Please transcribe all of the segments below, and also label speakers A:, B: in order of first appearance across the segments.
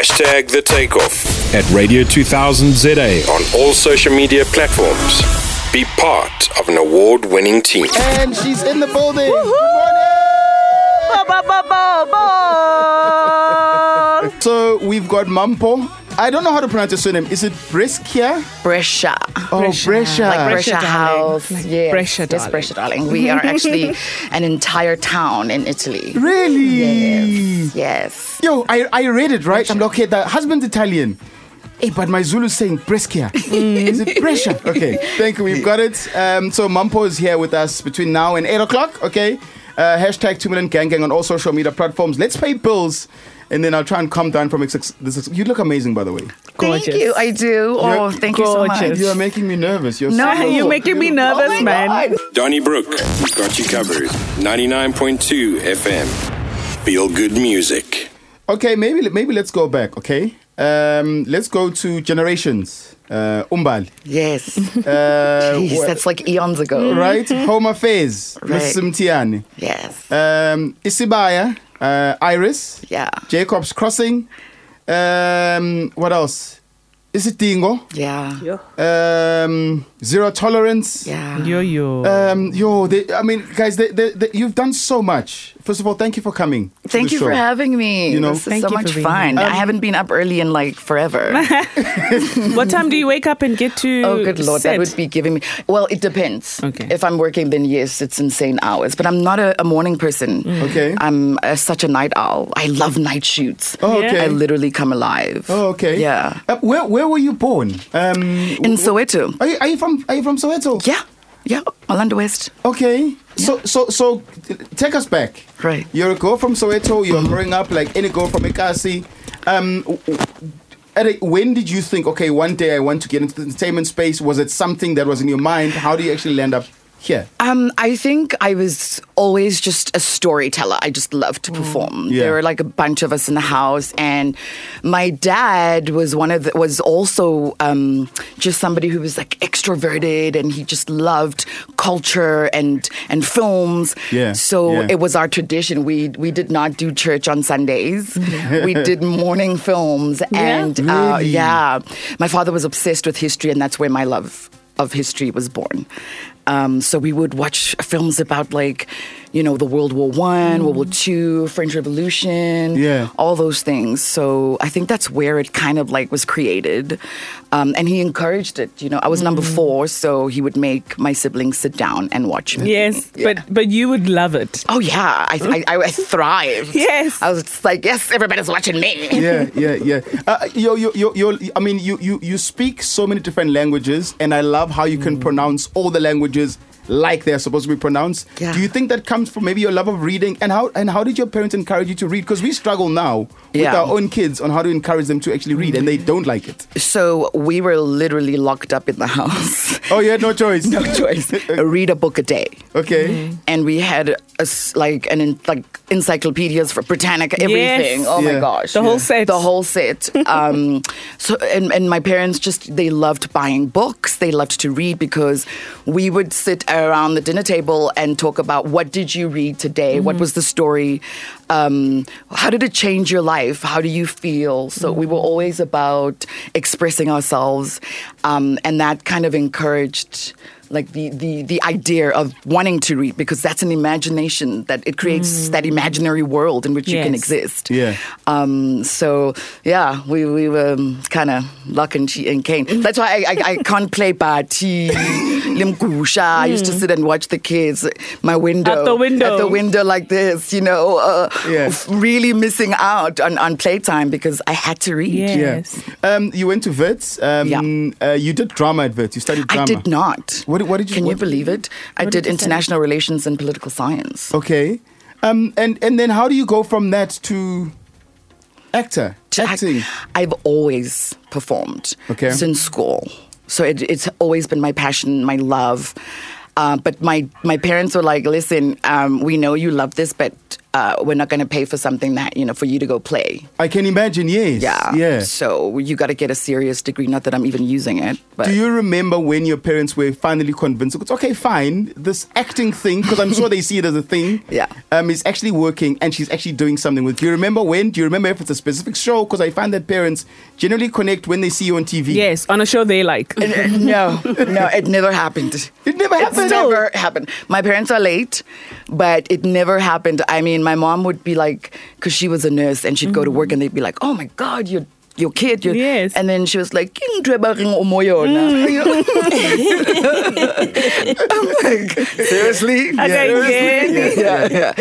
A: Hashtag the takeoff
B: at Radio 2000 ZA.
A: on all social media platforms. Be part of an award winning team.
C: And she's in the building. So we've got Mampo. I don't know how to pronounce your surname. Is it Brescia?
D: Brescia.
C: Oh, Brescia.
D: Like
E: Ah. Brescia,
D: Brescia
E: darling.
D: House.
E: Like
D: yes.
E: Brescia,
D: yes,
E: darling.
D: Brescia, darling. We are actually an entire town in Italy.
C: Really?
D: Yes.
C: Yo, I, I read it, right? I'm like, okay, the husband's Italian. Hey, but my Zulu's saying Brescia. is it Brescia? Okay, thank you. We've got it. Um, so Mampo is here with us between now and 8 o'clock, okay? Uh, hashtag 2 million gang gang on all social media platforms. Let's pay bills. And then I'll try and calm down from ex- this. Ex- you look amazing, by the way.
E: Gorgeous.
D: Thank you. I do. Oh,
C: You're
D: thank you so much.
E: gorgeous.
C: You are making me nervous. You're
D: No,
C: so
E: You're making me nervous,
D: oh my
E: man.
D: God.
A: Donny Brook got you covered. 99.2 FM. Feel good music.
C: Okay, maybe maybe let's go back. Okay, um, let's go to generations. Uh, Umbal,
D: Yes.
C: uh,
D: Jeez,
C: wh-
D: that's like eons ago.
C: right? Home Affairs, Mrs.
D: Right.
C: Mtiani,
D: Yes.
C: um, Isibaya, uh, Iris,
D: Yeah.
C: Jacob's Crossing. Um, what else? Is it Dingo?
D: Yeah.
C: Um, zero tolerance.
D: Yeah.
E: Yo yo.
C: Um, yo, they, I mean, guys, they, they, they, you've done so much. First of all, thank you for coming. to
D: Thank
C: the
D: you for
C: show.
D: having me.
C: You know-
D: this is
E: Thank
D: so
E: you for
D: much
E: being
D: fun.
E: here. Um,
D: I haven't been up early in like forever.
E: what time do you wake up and get to?
D: Oh, good lord,
E: set?
D: that would be giving me. Well, it depends.
E: Okay.
D: If I'm working, then yes, it's insane hours. But I'm not a, a morning person.
C: Okay.
D: I'm uh such a night owl. I love night shoots.
C: Oh, okay.
D: I literally come alive.
C: Oh, okay.
D: Yeah.
C: Uh, where where were you born? Um,
D: In Soweto.
C: are you, are you from are you from Soweto?
D: Yeah. Yeah. Orlando West.
C: Okay. So so so, t- take us back.
D: Right.
C: You're a girl from Soweto. You're growing up like any girl from Ekasi. Um, w- w- at a, when did you think? Okay, one day I want to get into the entertainment space. Was it something that was in your mind? How do you actually land up here?
D: Um, I think I was always just a storyteller. I just loved to perform.
C: Mm. Yeah.
D: There were like a bunch of us in the house, and my dad was one of the, was also um, just somebody who was like extroverted, and he just loved culture and and films.
C: Yeah,
D: So
C: yeah.
D: it was our tradition. We we did not do church on Sundays. we did morning films, and uh,
C: Really?
D: yeah, my father was obsessed with history, and that's where my love of history was born. Um, so we would watch films about like, you know, the World War One, World War Two, French Revolution,
C: Yeah.
D: all those things. So I think that's where it kind of like was created, um, and he encouraged it. You know, I was number
C: Mm.
D: four, so he would make my siblings sit down and watch me.
E: Yes, but but you would love it.
D: Oh yeah, I I, I, I thrived.
E: Yes.
D: I was just like, yes, everybody's watching me.
C: yeah, yeah, yeah. Uh, yo, yo, yo, yo, I mean, you, you, you speak so many different languages, and I love how you can
D: Mm.
C: pronounce all the languages like they're supposed to be pronounced.
D: Yeah.
C: Do you think that comes from maybe your love of reading, and how and how did your parents encourage you to read? Because we struggle now with
D: Yeah.
C: our own kids on how to encourage them to actually read, and they don't like it.
D: So we were literally locked up in the house.
C: Oh, you had no choice.
D: no choice. Read a book a day.
E: Mm-hmm.
C: okay.
D: And we had a s like an en- like encyclopedias for Britannica, everything. Oh
C: Yeah.
D: my gosh,
E: The whole Yeah. set.
D: the whole set. Um, so and, and my parents just they loved buying books. They loved to read because we would sit around the dinner table and talk about what did you read today, what was the story, um, how did it change your life, how do you feel. So we were always about expressing ourselves, um, and that kind of encouraged like the, the the idea of wanting to read because that's an imagination that it creates that imaginary world in which you can
E: Yes.
D: exist.
C: Yeah.
D: Um, so yeah, we we were kind of luck and she and cane. That's why I I, I can't play bati limgusha. I used to sit and watch the kids. My window
E: At the window.
D: at the window like this. You know, uh,
C: Yeah.
D: f- really missing out on on playtime because I had to read.
E: Yes.
C: Yeah. Um, you went to Vets. Um,
D: Yeah.
C: uh, you did drama at Vets. You studied drama.
D: I did not.
C: What did- what did you-
D: Can
C: what
D: you
C: did
D: believe it? I did international relations and political science.
C: Okay. Um, and and then how do you go from that to actor
D: to act-
C: acting?
D: I've always performed
C: Okay.
D: since school. So it, it's always been my passion, my love. Uh, but my, my parents were like, listen, um, we know you love this, but uh, we're not going to pay for something that you know for you to go play.
C: I can imagine, yes.
D: Yeah.
C: Yeah.
D: So you got to get a serious degree. Not that I'm even using it, but
C: Do you remember when your parents were finally convinced? It's okay, fine. This acting thing, because I'm sure they see it as a thing.
D: Yeah.
C: Um, is actually working, and she's actually doing something with. Do you remember when? Do you remember if it's a specific show? Because I find that parents generally connect when they see you on TV.
E: Yes, on a show they like.
D: no, no, it never happened.
C: It never happened.
D: It never happened. My parents are late, but it never happened. I mean, my mom would be like, because she was a nurse, and she'd go to work, and they'd be like, "Oh my God, your Your kid, your,
E: Yes.
D: and then she was like, "Ke ndweba reng o mo yona?"
C: Mm.
D: You know? I'm like, seriously?
E: Okay, yeah.
D: yeah, yeah, yeah.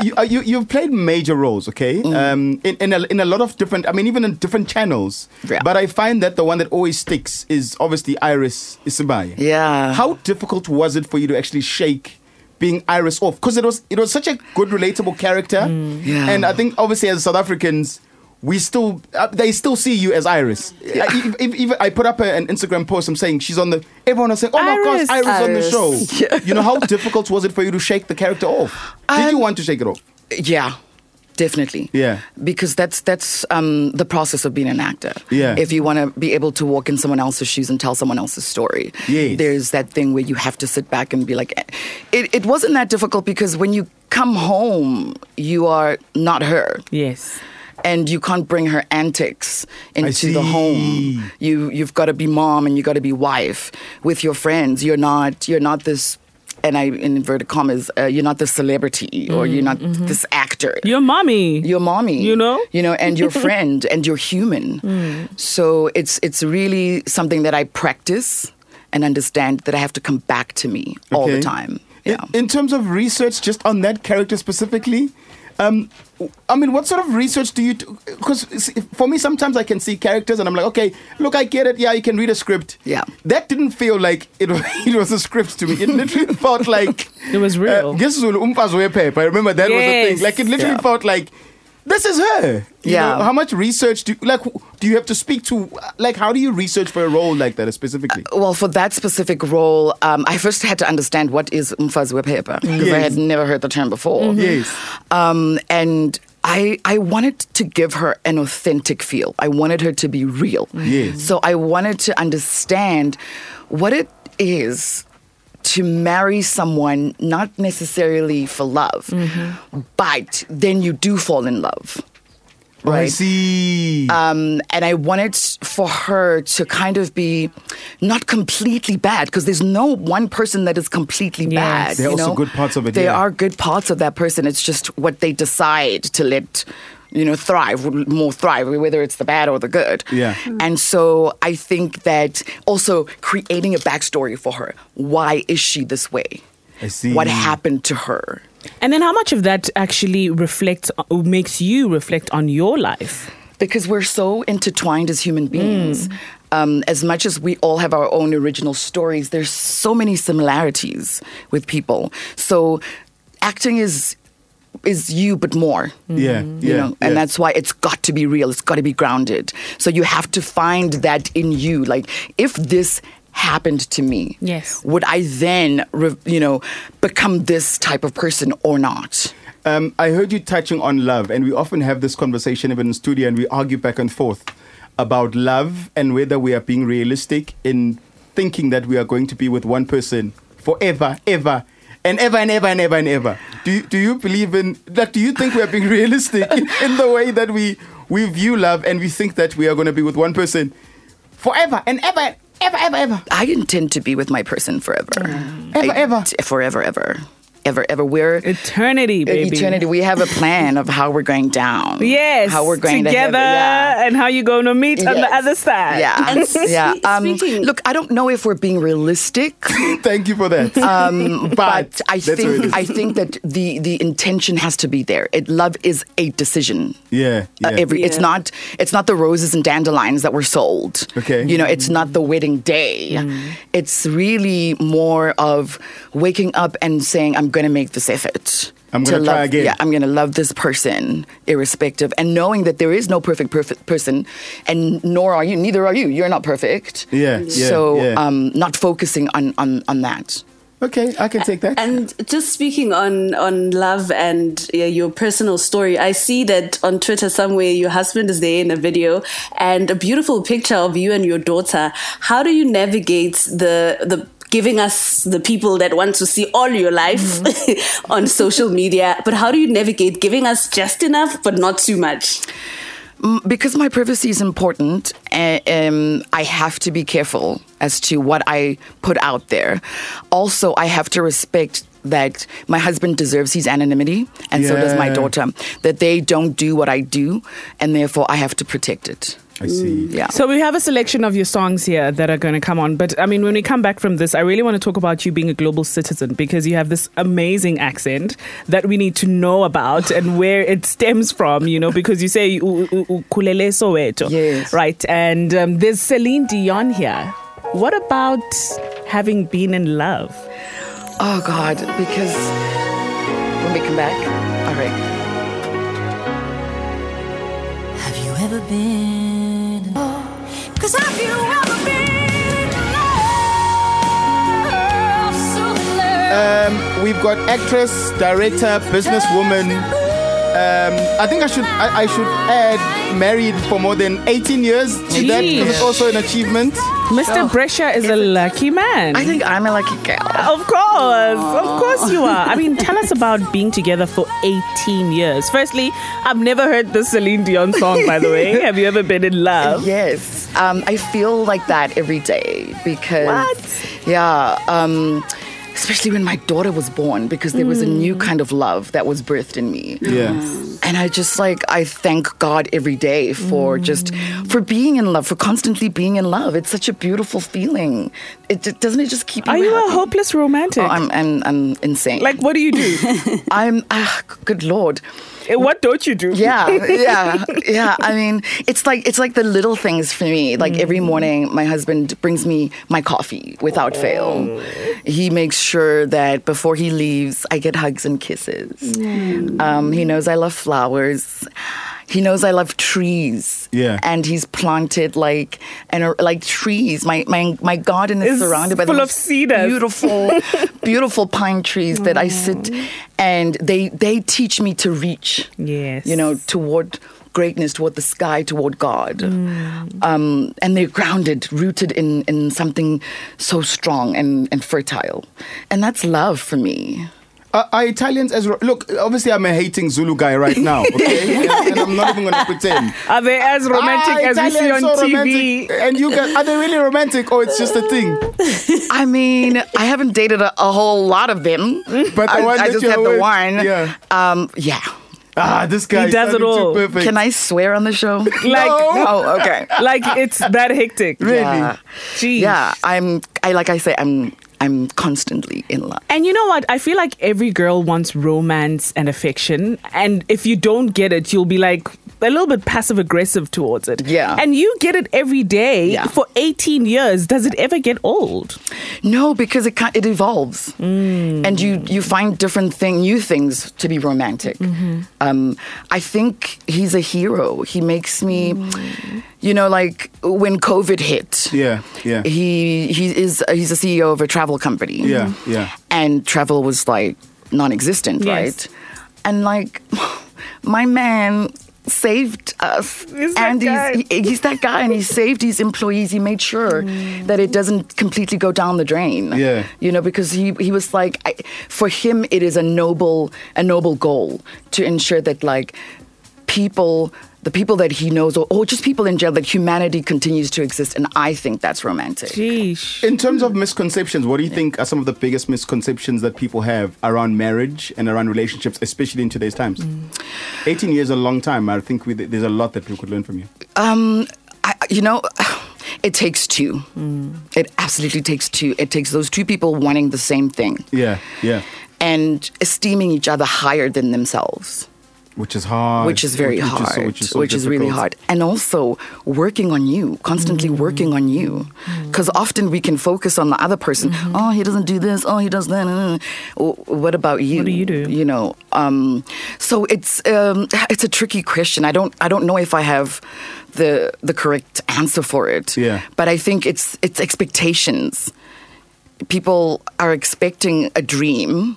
D: Mm.
C: You, uh, you, you've played major roles, okay? Um, in, in, a, in a lot of different, I mean, even in different channels.
D: Yeah.
C: But I find that the one that always sticks is obviously Iris Isabaya.
D: Yeah.
C: How difficult was it for you to actually shake being Iris off? Because it was, it was such a good, relatable character.
D: Mm. Yeah.
C: And I think, obviously, as South Africans, we still, uh, they still see you as Iris. I, if, if, if I put up a- an Instagram post, I'm saying she's on the, everyone was saying, oh my
E: Iris.
C: gosh, Iris,
D: Iris.
C: on the show. You know, how difficult was it for you to shake the character off? Did you want to shake it off?
D: Yeah, definitely.
C: Yeah.
D: because that's that's um, the process of being an actor.
C: Yeah.
D: if you want to be able to walk in someone else's shoes and tell someone else's story,
C: Yes.
D: there's that thing where you have to sit back and be like, eh. it, it wasn't that difficult because when you come home, you are not her
E: Yes.
D: and you can't bring her antics into the
C: see.
D: home. You you've got to be mom and you got to be wife with your friends. You're not you're not this. And I in inverted commas, uh, you're not this celebrity or you're not this actor.
E: Your mommy.
D: your mommy,
E: Mm-hmm. You know? Mm.
D: you know, and your friend, and you're human. So it's it's really something that I practice and understand that I have to come back to me all the
C: Okay.
D: time.
C: In-
D: Yeah.
C: In, terms of research, just on that character specifically, um, w- I mean, what sort of research do you do? Because for me, sometimes I can see characters and I'm like, okay, look, I get it. Yeah, you can read a script.
D: Yeah.
C: That didn't feel like it, wa- it was a script to me. It literally felt like. uh,
E: It was real.
C: NgesiZulu, umfazi wephepha. I remember that was a
E: Yes.
C: thing. Like, it literally
D: Yeah.
C: felt like. This is her. You
D: Yeah.
C: know, how much research do like? who- Do you have to speak to? Like, how do you research for a role like that specifically?
D: well, for that specific role, um, I first had to understand what is umfazwe paper because I
C: Yes. Mm-hmm.
D: had never heard the term before.
C: Yes.
D: Um, and I, I wanted to give her an authentic feel. I wanted her to be real.
C: Mm-hmm. Yes.
D: So I wanted to understand what it is to marry someone, not necessarily for love,
C: Mm-hmm.
D: but then you do fall in love.
C: Oh, I see.
D: Um, and I wanted for her to kind of be not completely bad because there's no one person that is completely
E: Yes.
D: bad.
C: There are
D: you
C: also
D: know?
C: good parts of it,
D: There
C: yeah.
D: are good parts of that person. It's just what they decide to let. You know, thrive more thrive, whether it's the bad or the good.
C: Yeah.
D: And so I think that also creating a backstory for her. Why is she this way?
C: I see.
D: What happened to her?
E: And then how much of that actually reflects, or makes you reflect on your life?
D: because we're so intertwined as human beings. Um, as much as we all have our own original stories, there's so many similarities with people. So acting is is you, but more.
C: Yeah,
D: Mm-hmm. You
C: yeah,
D: know, and
C: yeah.
D: that's why it's got to be real. It's got to be grounded. So you have to find that in you. Like, if this happened to me,
E: Yes.
D: would I then, re- you know, become this type of person or not?
C: Um, I heard you touching on love, and we often have this conversation even in studio, and we argue back and forth about love and whether we are being realistic in thinking that we are going to be with one person forever, ever, and ever and ever and ever and ever. Do you, do you believe in that? Do you think we are being realistic in, in the way that we we view love, and we think that we are going to be with one person forever and ever, ever, ever, ever,
D: I intend to be with my person forever.
C: Ever,
D: I-
C: ever.
D: t- Forever, ever. Ever, ever. We're
E: Eternity, baby.
D: eternity. We have a plan of how we're going down.
E: Yes.
D: How we're going to
E: together
D: heaven, yeah.
E: and how you're going to meet on the
D: Yes.
E: other side.
D: Yeah.
F: And s-
D: yeah.
F: spe-
D: Um,
F: speaking-
D: look, I don't know if we're being realistic,
C: Thank you for that. Um,
D: but I
C: that's where it is.
D: think I think that the the intention has to be there. It love is a decision.
C: yeah, yeah.
D: Uh, every it's
F: Yeah.
D: not it's not the roses and dandelions that were sold.
C: Okay.
D: You know, it's not the wedding day. It's really more of waking up and saying, I'm gonna make this effort.
C: I'm gonna try
D: love,
C: again.
D: Yeah, I'm gonna love this person, irrespective, and knowing that there is no perfect perfect person, and nor are you. Neither are you. You're not perfect.
C: Yeah, yeah,
D: so
C: yeah.
D: Um, not focusing on on on that.
C: Okay, I can take that.
F: And just speaking on on love and yeah, your personal story, I see that on Twitter somewhere your husband is there in a video and a beautiful picture of you and your daughter. How do you navigate the the giving us the people that want to see all your life on social media, but how do you navigate giving us just enough but not too much?
D: m- because my privacy is important, uh, um, I have to be careful as to what I put out there. Also, I have to respect that my husband deserves his anonymity, and so does my
C: Yeah.
D: daughter. That they don't do what I do, and therefore I have to protect it.
C: I see.
D: Yeah.
E: So we have a selection of your songs here that are going to come on. But I mean, when we come back from this, I really want to talk about you being a global citizen because you have this amazing accent that we need to know about and where it stems from. You know, because you say "U- u- u- ukulele Soweto,
D: Yes.
E: right? And um, there's Celine Dion here. What about having been in love?
D: Oh God, because when we come back, all right.
G: Have you ever been? Cause have you ever been in love so
C: Um, we've got actress, director, businesswoman. Um, I think I should I, I should add married for more than 18 years to that because it's
E: Jeez.
C: also an achievement.
E: Mr. Brescia is a lucky man.
D: I think I'm a lucky girl.
E: Of course, of course you are. I mean, tell us about being together for 18 years. Firstly, I've never heard the Celine Dion song, by the way. Have you ever been in love?
D: Yes, um, I feel like that every day because
E: What?
D: yeah, um, especially when my daughter was born because there was a new
E: Mm.
D: kind of love that was birthed in me.
C: Yeah.
D: And I just like I thank God every day
E: Mm.
D: for just for being in love, for constantly being in love. It's such a beautiful feeling. It ju- doesn't it just keep you
E: Are you a
D: happy?
E: hopeless romantic?
D: Oh, I'm, I'm I'm insane.
E: like, what do you do?
D: I'm ah, g- good lord.
E: Eh, what don't you do?
D: Yeah, yeah, yeah. I mean, it's like it's like the little things for me. Like
E: Mm.
D: every morning, my husband brings me my coffee without
E: Oh.
D: fail. He makes sure that before he leaves, I get hugs and kisses.
E: Mm.
D: Um, he knows I love flowers. He knows I love trees.
C: Yeah.
D: and he's planted like and uh, like trees. My my my garden is
E: It's
D: surrounded by the
E: full of
D: most
E: cedars.
D: beautiful, beautiful pine trees that I sit
C: Mm.
D: and they they teach me to reach
E: Yes.
D: you know, toward greatness, toward the sky, toward God.
C: Mm.
D: Um, and they're grounded, rooted in, in something so strong and, and fertile. And that's love for me.
C: Are, are Italians as ro- look? Obviously, I'm a hating Zulu guy right now. Okay, and, and I'm not even gonna pretend.
E: Are they as romantic
C: Ah,
E: as we see on
C: Italians so
E: TV?
C: romantic. And you guys, are they really romantic or it's just a thing?
D: I mean, I haven't dated a, a whole lot of them.
C: But the
D: I,
C: one
D: I
C: that
D: just
C: you
D: have
C: are
D: the
C: with-
D: one.
C: yeah.
D: Um, yeah.
C: Ah, this guy
E: He
C: is
E: does it
C: sounding too
E: all.
C: perfect.
D: Can I swear on the show? Like,
E: No.
D: oh, okay.
E: Like, it's that hectic.
C: Really?
D: Yeah.
E: Jeez.
D: yeah, I'm. I like I say, I'm. I'm constantly in love.
E: And you know what? I feel like every girl wants romance and affection. And if you don't get it, you'll be like a little bit passive aggressive towards it.
D: Yeah.
E: And you get it every day
D: Yeah.
E: for 18 years. Does it ever get old?
D: No, because it ki- it evolves,
E: Mm.
D: and you you find different thing new things to be romantic.
E: Mm-hmm.
D: Um, I think he's a hero. He makes me,
E: Mm.
D: you know, like when COVID hit.
C: Yeah, yeah.
D: He he is he's a CEO of a travel company.
C: Yeah, yeah.
D: And travel was like non-existent,
E: Yes.
D: right? And like, my man saved us
E: He's that
D: and
E: guy.
D: he's, he- he's that guy and he saved his employees he made sure that it doesn't completely go down the drain
C: Yeah.
D: you know because he, he was like I, for him it is a noble a noble goal to ensure that like people the people that he knows or, or just people in jail that humanity continues to exist and i think that's romantic
E: Sheesh.
C: In terms
D: Hmm.
C: of misconceptions, what do you think are some of the biggest misconceptions that people have around marriage and around relationships, especially in today's times?
D: Hmm.
C: 18 years is a long time. I think we, there's a lot that people could learn from you.
D: Um, I, I- you know, it takes two. It absolutely takes two. It takes those two people wanting the same thing
C: Yeah, yeah.
D: and esteeming each other higher than themselves,
C: Which is hard.
D: which is very
C: so-
D: hard, which is,
C: so
D: really
C: difficult.
D: hard. And also working on you, constantly working on you. Because often we can focus on the other person. Oh, he doesn't do this. Oh, he does that. uh, uh." What about you?
E: What do you do?
D: You know, um, so it's um, it's a tricky question. I don't I don't know if I have the the correct answer for it.
C: Yeah.
D: But I think it's it's expectations. people are expecting a dream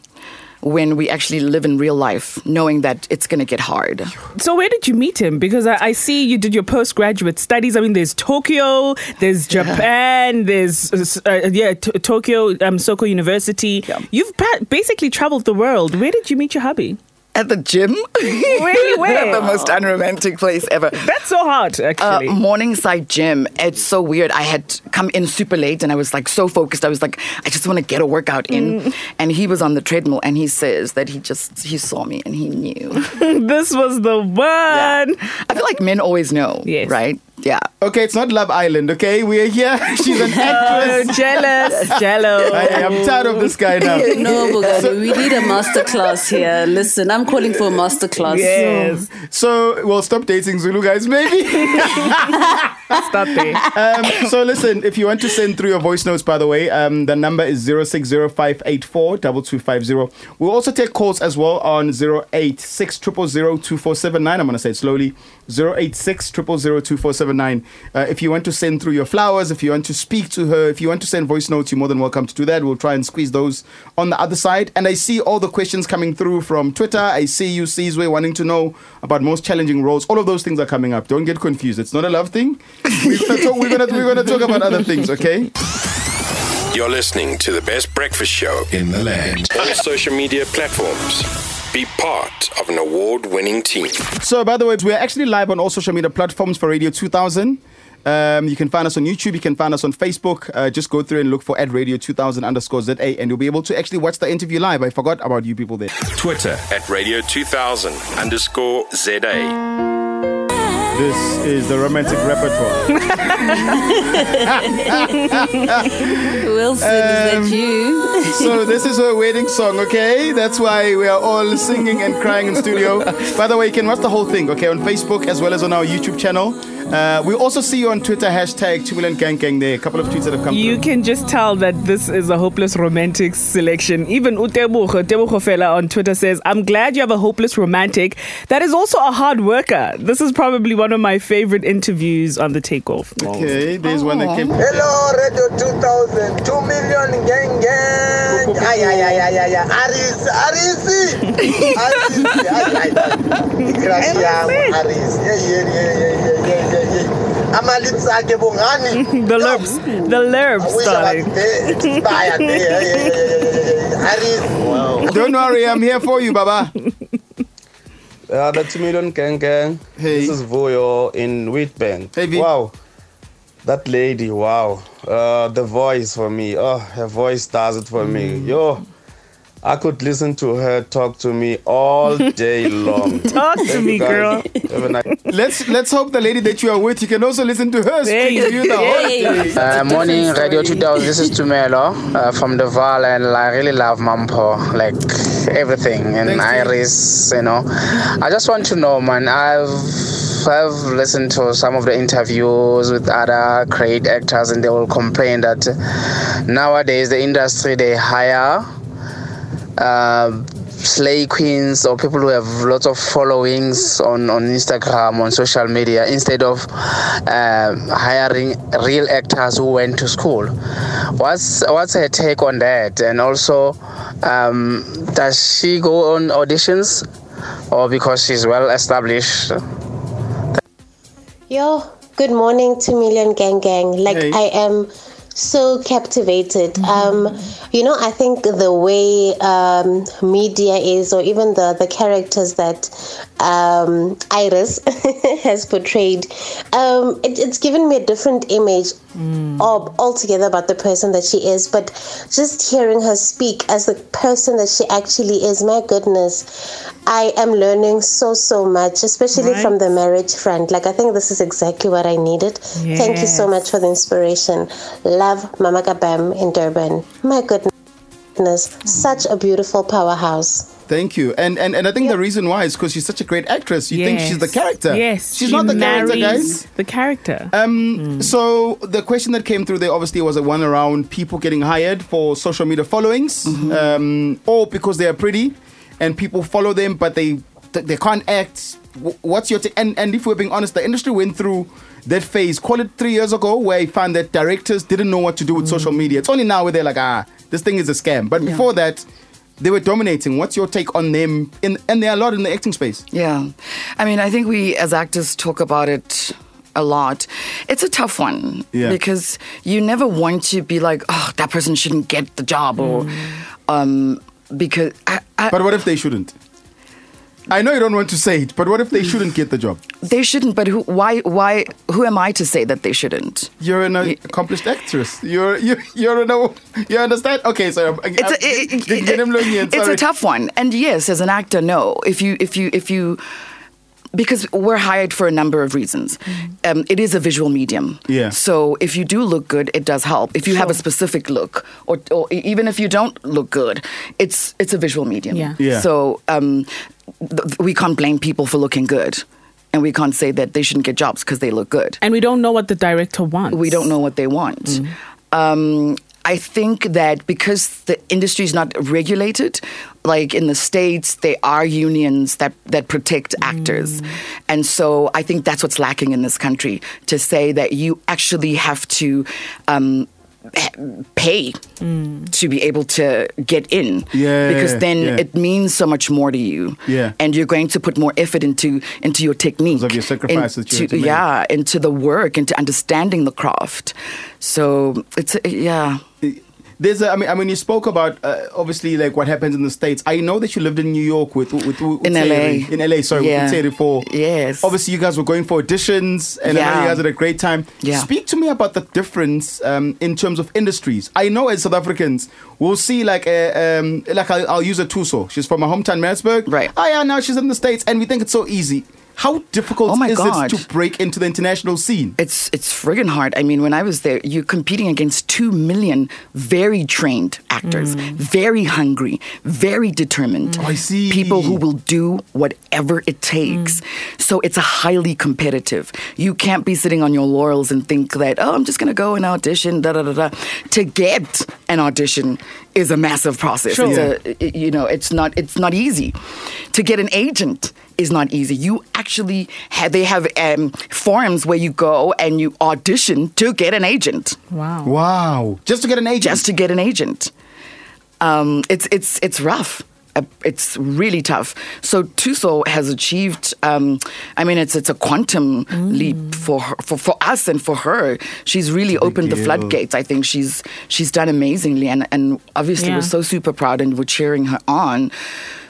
D: when we actually live in real life, knowing that it's going to get hard.
E: So where did you meet him? Because I, I see you did your postgraduate studies. I mean, there's Tokyo, there's Japan, there's uh, s- uh, yeah t- Tokyo um, Soko University. You've ba- basically traveled the world. Where did you meet your hubby?
D: At the gym?
E: Really? Where?
D: the most unromantic place ever.
E: That's so hard, actually.
D: Uh, Morningside Gym. It's so weird. I had come in super late and I was like so focused. I was like, I just want to get a workout in.
E: Mm.
D: And he was on the treadmill and he says that he just he saw me and he knew.
E: this was the one.
D: I feel like men always know,
E: Yes.
D: right? Yeah.
C: Okay, it's not Love Island, okay? We're here. She's an actress.
E: jealous, jealous.
C: I am tired of this guy now.
F: No, Bugani, we need a masterclass here. Listen, I'm calling for a masterclass.
E: Yes,
C: So we'll stop dating Zulu guys, maybe.
E: stop it.
C: Um, so listen, if you want to send through your voice notes, by the way, um, the number is 0605842250. We'll also take calls as well on 0860002479. I'm going to say it slowly. 0860002479. Uh, if you want to send through your flowers, if you want to speak to her, if you want to send voice notes, you're more than welcome to do that. We'll try and squeeze those on the other side. And I see all the questions coming through from Twitter. I see you, Sizwe, wanting to know about most challenging roles. All of those things are coming up. Don't get confused. It's not a love thing. We're gonna talk, we're gonna, we're gonna talk about other things, okay?
A: You're listening to the best breakfast show in the land. On social media platforms. Be part of an award winning team.
C: So, by the way, we're actually live on all social media platforms for Radio 2000. Um, you can find us on YouTube. You can find us on Facebook. Uh, just go through and look for at Radio 2000 underscore ZA, and you'll be able to actually watch the interview live. I forgot about you people there.
A: Twitter at radio 2000 underscore ZA.
C: This is the romantic repertoire.
F: Wilson, is that you?
C: so this is her wedding song, okay? That's why we are all singing and crying in studio. By the way, you can watch the whole thing, okay, on Facebook as well as on our YouTube channel. Uh, we also see you on Twitter hashtag Tubulant Gang Gang. There, a couple of tweets that have come.
E: You
C: through.
E: can just tell that this is a hopeless romantic selection. Even Utebucho, Tebucho Fela on Twitter says, I'm glad you have a hopeless romantic that is also a hard worker. This is probably one of my favorite interviews on the takeoff.
C: Okay, there's one
E: Oh.
C: that came.
H: Hello, Radio 2000, 2 million gang gang. Ay, ay, ay, ay, ay, ay. Aris, Arisi. Arisi, ay, ay, ay. Igrasiam, Aris. Yeah, yeah, yeah, yeah, yeah, yeah, yeah, yeah. Ama lips akhe bongani.
E: The lurps, the
H: I
E: lurps,
H: wish I was
E: darling.
H: there. It's fire there. Yeah, yeah, yeah, yeah, yeah, yeah, yeah. Aris. Wow.
C: Don't worry, I'm here for you, Baba.
I: Uh, the 2 million gang gang.
C: Hey.
I: This is Voyo in Wheatbank.
C: Hey, V.
I: Wow. That lady, wow. Uh, the voice for me. Oh, her voice does it for me.
E: Mm.
I: Yo, I could listen to her talk to me all day long.
E: Talk to me, girl.
I: Have a nice-
C: Let's let's hope the lady that you are with, you can also listen to her
E: Hey.
C: speak to you the whole day.
J: Uh, morning, Radio 2000. Uh, This is Tumelo uh, from Duval, and I really love Mampo, like everything, and Iris, you know. I just want to know, man, I've I've listened to some of the interviews with other great actors, and they will complain that nowadays the industry they hire uh, slay queens or people who have lots of followings on, on Instagram, on social media, instead of um, hiring real actors who went to school. What's what's her take on that? And also, um, does she go on auditions, or because she's well established?
K: Yo, good morning to Million Gang Gang. Like
C: Hey.
K: I am so captivated. Um, you know, I think the way um, media is, or even the the characters that um, Iris has portrayed, um, it, it's given me a different image of altogether about the person that she is. But just hearing her speak as the person that she actually is, my goodness, I am learning so so much, especially
E: Right.
K: from the marriage front. Like I think this is exactly what I needed. Thank you so
E: Yes.
K: much for the inspiration. Love Mama Kabam in Durban. My goodness, such a beautiful powerhouse.
C: Thank you. And and, and I think the reason why is because she's such a great actress. You think she's the
E: Yes.
C: character.
E: Yes.
C: She's
E: she
C: not the character,
E: marries
C: guys.
E: The character.
C: Um, So the question that came through there obviously was a one around people getting hired for social media followings, um, or because they are pretty, and people follow them, but they th- they can't act. W- What's your t- and and if we're being honest, the industry went through that phase. Call it three years ago, where I found that directors didn't know what to do with social media. It's only now where they're like, ah, this thing is a scam. But
D: Yeah.
C: before that, they were dominating. What's your take on them? In, and they're a lot in the acting space.
D: Yeah. I mean, I think we as actors talk about it a lot. It's a tough one
C: Yeah.
D: because you never want to be like, oh, that person shouldn't get the job or um, because. I, I,
C: Mm. But what if they shouldn't? I know you don't want to say it, but what if they shouldn't get the job?
D: They shouldn't, but who? Why? Why? Who am I to say that they shouldn't?
C: You're an accomplished actress. You're you you're no you understand? Okay, so I'm,
D: It's
L: uh,
D: a,
C: I'm-
D: it-
C: get him long here,
D: it- it's
C: sorry.
D: a tough one, and yes, as an actor, no. If you if you if you because we're hired for a number of reasons. Um, it is a visual medium.
L: Mm-hmm. Yeah.
D: So if you do look good, it does help. If you have a specific look, or, or e- even if you don't look good, it's it's a visual medium.
L: Yeah. Yeah.
D: So um, th- th- we can't blame people for looking good, and we can't say that they shouldn't get jobs because they look good.
E: And we don't know what the director wants.
D: We don't know what they want. Um, I think that because the industry is not regulated, like in the states, there are unions that that protect actors, and so I think that's what's lacking in this country to say that you actually have to. Um, ha- pay to be able to get in
L: Yeah,
D: because then
L: yeah.
D: it means so much more to you
L: Yeah.
D: and you're going to put more effort into into your technique of your
C: sacrifices that you had to make.
D: yeah into the work into understanding the craft so it's yeah
C: There's a, I mean I mean you spoke about uh, obviously like what happens in the states. I know that you lived in New York with with, with, with
D: In
C: Terry-
D: LA.
C: in LA. Sorry,
D: Yeah.
C: with Terry for
D: yes.
C: Obviously, you guys were going for auditions, and I know
D: Yeah.
C: you guys had a great time.
D: Yeah.
C: Speak to me about the difference um, in terms of industries. I know as South Africans, we'll see like a, um, like I'll, I'll use a Tuso. She's from my hometown, Maritzburg. Right. Oh yeah, now she's in the states, and we think it's so easy. How difficult
D: Oh my
C: is
D: God.
C: it to break into the international scene?
D: It's it's friggin' hard. I mean, when I was there, you're competing against two million very trained actors, very hungry, very determined. I see. People who will do whatever it takes.
L: Mm.
D: So it's highly competitive. You can't be sitting on your laurels and think that oh, I'm just gonna go and audition. Da da da da. To get an audition is a massive process.
L: Sure.
D: It's
L: Yeah.
D: a it- you know it's not it's not easy to get an agent is not easy you actually have they have um, forums where you go and you audition to get an agent
E: wow
C: wow just to get an agent
D: just to get an agent um, it's it's it's rough Uh, it's really tough. So Tuso has achieved. Um, I mean, it's it's a quantum leap for, her, for for us and for her. She's really opened the
L: deal.
D: floodgates. I think she's she's done amazingly, and and obviously
L: Yeah.
D: we're so super proud and we're cheering her on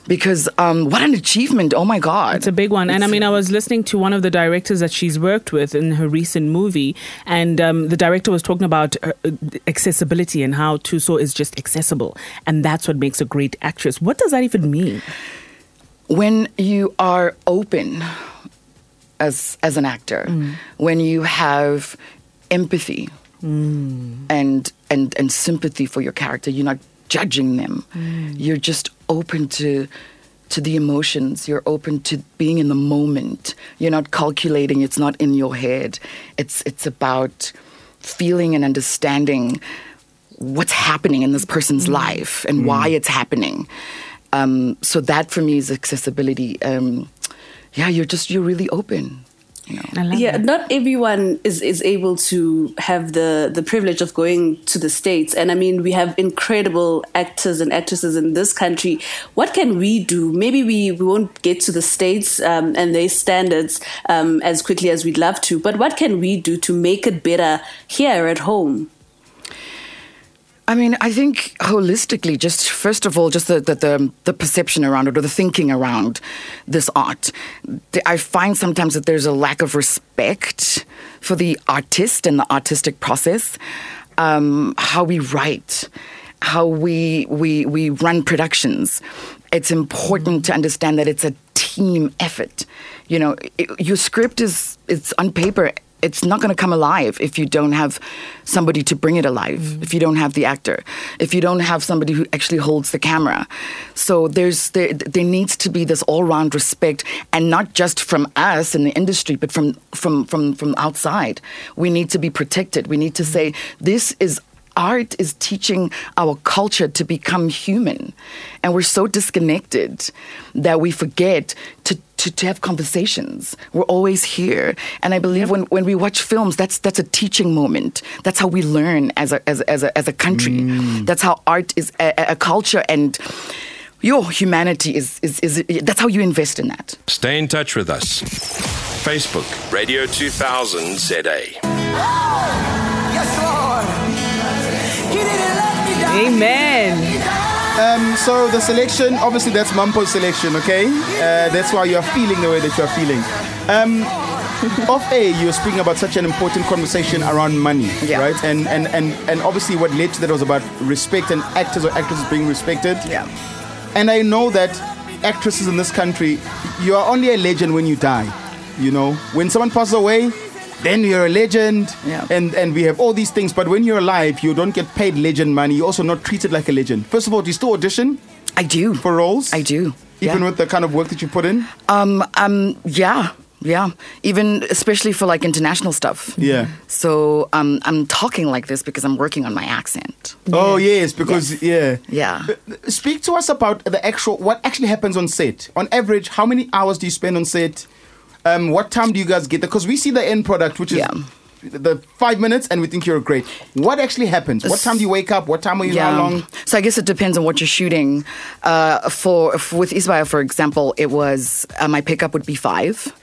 D: because um, what an achievement! Oh my God, it's
E: a big one. And I mean, I was listening to one of the directors that she's worked with in her recent movie, and um, the director was talking about uh, uh, accessibility and how Tuso is just accessible, and that's what makes a great actress. What does that even mean?
D: when you are open as as an actor, when you have empathy and and and sympathy for your character, you're not judging them. You're just open to to the emotions. You're open to being in the moment. You're not calculating. It's not in your head. It's it's about feeling and understanding what's happening in this person's life and why it's happening. Um, so that for me is accessibility. Um, yeah, you're just you're really open.
F: yeah, not everyone is, is able to have the, the privilege of going to the States. And I mean, we have incredible actors and actresses in this country. What can we do? Maybe we, we won't get to the States um, and their standards um, as quickly as we'd love to, but what can we do to make it better here at home?
D: I mean, I think holistically, just first of all, just the, the, the, the perception around it or the thinking around this art. Th- I find sometimes that there's a lack of respect for the artist and the artistic process, um, how we write, how we, we, we run productions. It's important to understand that it's a team effort. You know, i your script is it's on paper it's not going to come alive if you don't have somebody to bring it alive, if you don't have the actor, if you don't have somebody who actually holds the camera. So there's there, there needs to be this all-round respect, and not just from us in the industry, but from from from from outside. We need to be protected. We need to say this is art is teaching our culture to become human. And we're so disconnected that we forget to, to, to have conversations. We're always here. And I believe when, when we watch films, that's, that's a teaching moment. That's how we learn as a, as, a- as, a, as a country. That's how art is a, a a culture and your humanity is, is, is, that's how you invest in that.
A: Stay in touch with us. Facebook, Radio 2000 ZA.
E: Amen.
C: Um, so the selection, obviously, that's Mampo's selection, okay? Uh, that's why you're feeling the way that you're feeling. Um, off A, you were speaking about such an important conversation around money, right? And, and and and obviously, what led to that was about respect and actors or actresses being respected.
D: Yeah.
C: And I know that actresses in this country, you are only a legend when you die. You know, when someone passes away. Then you're a legend,
D: Yeah.
C: and and we have all these things. But when you're alive, you don't get paid legend money. You're also not treated like a legend. First of all, do you still audition?
D: I do
C: for roles. I
D: do.
C: Even
D: Yeah.
C: with the kind of work that you put in.
D: Um, um, yeah, yeah. Even especially for like international stuff.
C: Yeah.
D: So um, I'm talking like this because I'm working on my accent.
C: Oh yes, because yeah. Uh,
D: Yeah.
C: Speak to us about the actual what actually happens on set. On average, how many hours do you spend on set? Um, what time do you guys get there? Because we see the end product, which is the five minutes, and we think you're great. What actually happens? What time do you wake up? What time are you? How long?
D: So I guess it depends on what you're shooting. Uh, for f- with Isbaya, for example, it was uh, my pickup would be five,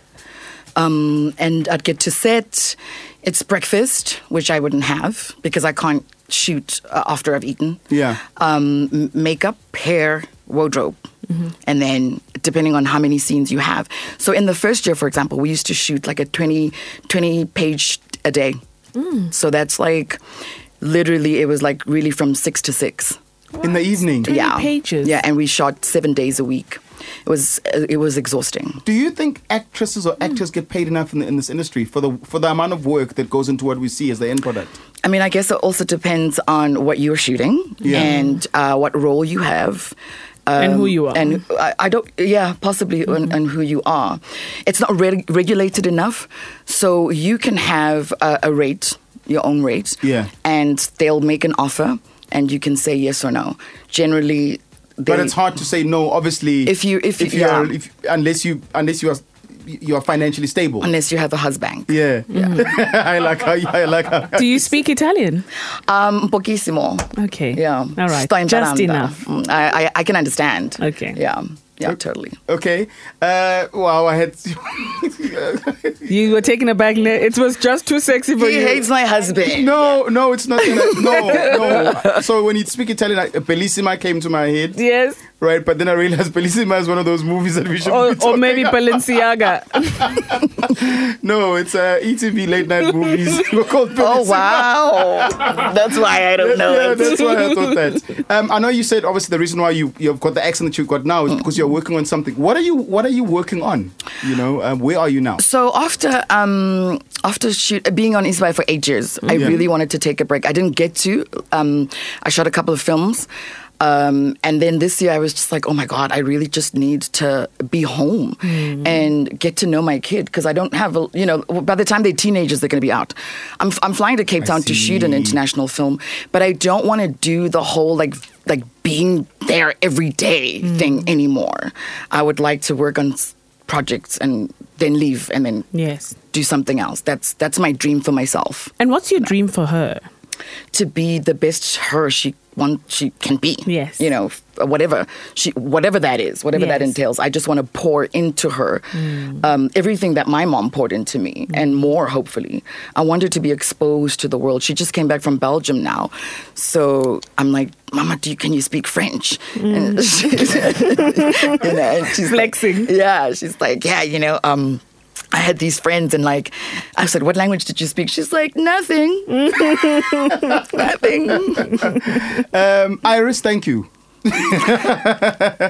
D: um, and I'd get to set. It's breakfast, which I wouldn't have because I can't shoot uh, after I've eaten.
C: Yeah.
D: Um, m- makeup, hair, wardrobe. And then, depending on how many scenes you have. So, in the first year, for example, we used to shoot like a 20, 20 page a day. So that's like literally, it was like really from six to six.
C: In the evening.
E: 20 pages.
D: Yeah, and we shot seven days a week. It was uh, it was exhausting.
C: Do you think actresses or actors get paid enough in, the, in this industry for the for the amount of work that goes into what we see as the end product?
D: I mean, I guess it also depends on what you're shooting
C: Yeah.
D: and uh, what role you have.
E: And who
D: um,
E: you are. Mm-hmm.
D: And I, I don't, yeah, possibly, and, and who you are. It's not reg- regulated enough. So you can have a, a rate, your own rate.
C: Yeah.
D: And they'll make an offer and you can say yes or no. Generally, they,
C: but it's hard to say no. Obviously,
D: If you- if-
C: you are
D: yeah.
C: if, unless you unless you are you are financially stable.
D: unless you have a husband.
C: yeah, I like how I like how.
E: Do you speak Italian?
D: Um, pochissimo.
E: Okay.
D: Yeah.
E: All right.
D: Sto imparando.
E: Just enough.
D: Mm, I, I, I can understand.
E: Okay.
D: Yeah. Yeah, totally.
C: Okay. Uh, wow, I had.
E: You were taken aback. Ne- It was just too sexy for
D: He
E: you.
D: hates my husband.
C: no, no, it's not. No, no. So when you speak Italian, I, Bellissima came to my head,
E: yes.
C: right? But then I realized Bellissima is one of those movies that we should.
E: Or,
D: Oh,
C: be
E: or
C: talking
E: maybe
C: about.
E: Balenciaga.
C: No, it's uh, ETV late night movies. We're called
D: Oh
C: Bellissima.
D: wow! That's why I don't know.
C: Yeah,
D: it.
C: that's why I thought that. Um, I know you said obviously the reason why you you've got the accent that you've got now is because you're working on something. What are you What are you working on? You know, um, where are you now?
D: So after um, after shoot, being on Isbay for eight years, I
C: Yeah.
D: really wanted to take a break. I didn't get to. Um, I shot a couple of films, um, and then this year I was just like, oh my god, I really just need to be home
C: Hmm.
D: and get to know my kid because I don't have a you know. By the time they're teenagers, they're going to be out. I'm I'm flying to Cape Town to shoot an
C: see.
D: international film, but I don't want to do the whole like like being there every day thing anymore. I would like to work on s- projects and then leave and then
E: yes.
D: do something else. That's that's my dream for myself
E: And what's your dream for her?
D: to be the best her she want she can be.
E: Yes.
D: you know f- whatever she whatever that is, whatever that
E: Yes. Mm.
D: entails. I just want to pour into her um, everything that my mom poured into me and more. Hopefully, I want her to be exposed to the world. She just came back from Belgium now, so I'm like, Mama, do you, can you speak French?
E: Mm.
D: And she- you know, and she's like-
E: Flexing.
D: yeah, she's like, yeah, you know, um. I had these friends, and like, I said, "What language did you speak?" She's like, "Nothing." Nothing.
C: Um, Iris, thank you.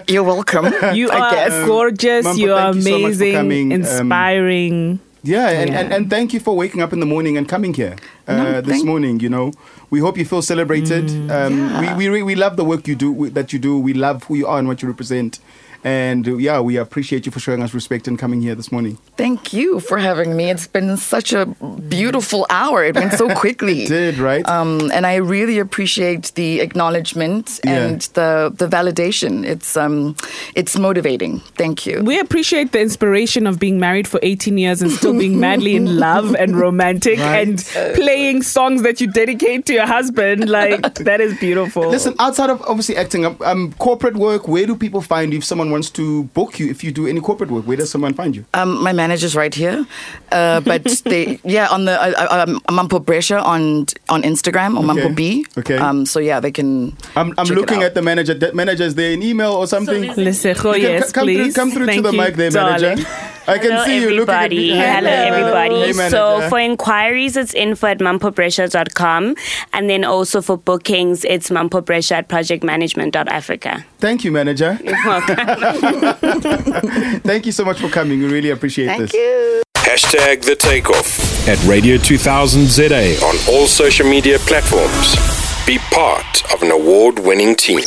D: You're welcome.
E: You
D: I
E: are
D: guess.
E: gorgeous.
C: Mampo,
E: you are
C: um, thank you so much for
E: amazing,
C: coming, um,
E: inspiring.
C: Yeah, and,
E: Yeah.
C: And, and thank you for waking up in the morning and coming here uh,
D: No,
C: this
D: thank- Mm,
C: morning. You know, we hope you feel celebrated. um, we we, re- we love the work you do we, that you do. We love who you are and what you represent. And uh, yeah, we appreciate you for showing us respect and coming here this morning.
D: Thank you for having me. It's been such a beautiful hour. It went so quickly. it
C: did, right?
D: Um, and I really appreciate the acknowledgement
C: Yeah.
D: and the, the validation. It's um, it's motivating. Thank you.
E: We appreciate the inspiration of being married for 18 years and still being madly in love and romantic
C: Right.
E: and playing songs that you dedicate to your husband. Like, that is beautiful.
C: Listen, outside of obviously acting, um, um, corporate work, where do people find you if someone wants to book you? If you do any corporate work, where does someone find you?
D: Um, my manager's right here, uh, but they yeah on the uh, um, Mampo Brescia on on Instagram or Mampo
C: Okay.
D: B.
C: Okay.
D: Um, so yeah, they can.
C: I'm, I'm
D: check it
C: looking
D: out.
C: at the manager. The manager, is there an email or something?
E: Lesego,
C: You can
E: yes,
C: c- come
E: please.
C: Through, come through
E: Thank
C: to the
E: you,
C: mic there,
E: darling.
C: manager. I can
L: Hello,
C: see you looking at
L: everybody.
C: me.
L: Hello, everybody.
C: Hey, manager.
L: so for inquiries, it's info at mampobrescia.com. And then also for bookings, it's mampobrescia at projectmanagement.africa.
C: Thank you, manager. Thank you so much for coming. We really appreciate this.
A: Hashtag the takeoff
B: At Radio 2000 ZA.
A: on all social media platforms. Be part of an award winning team.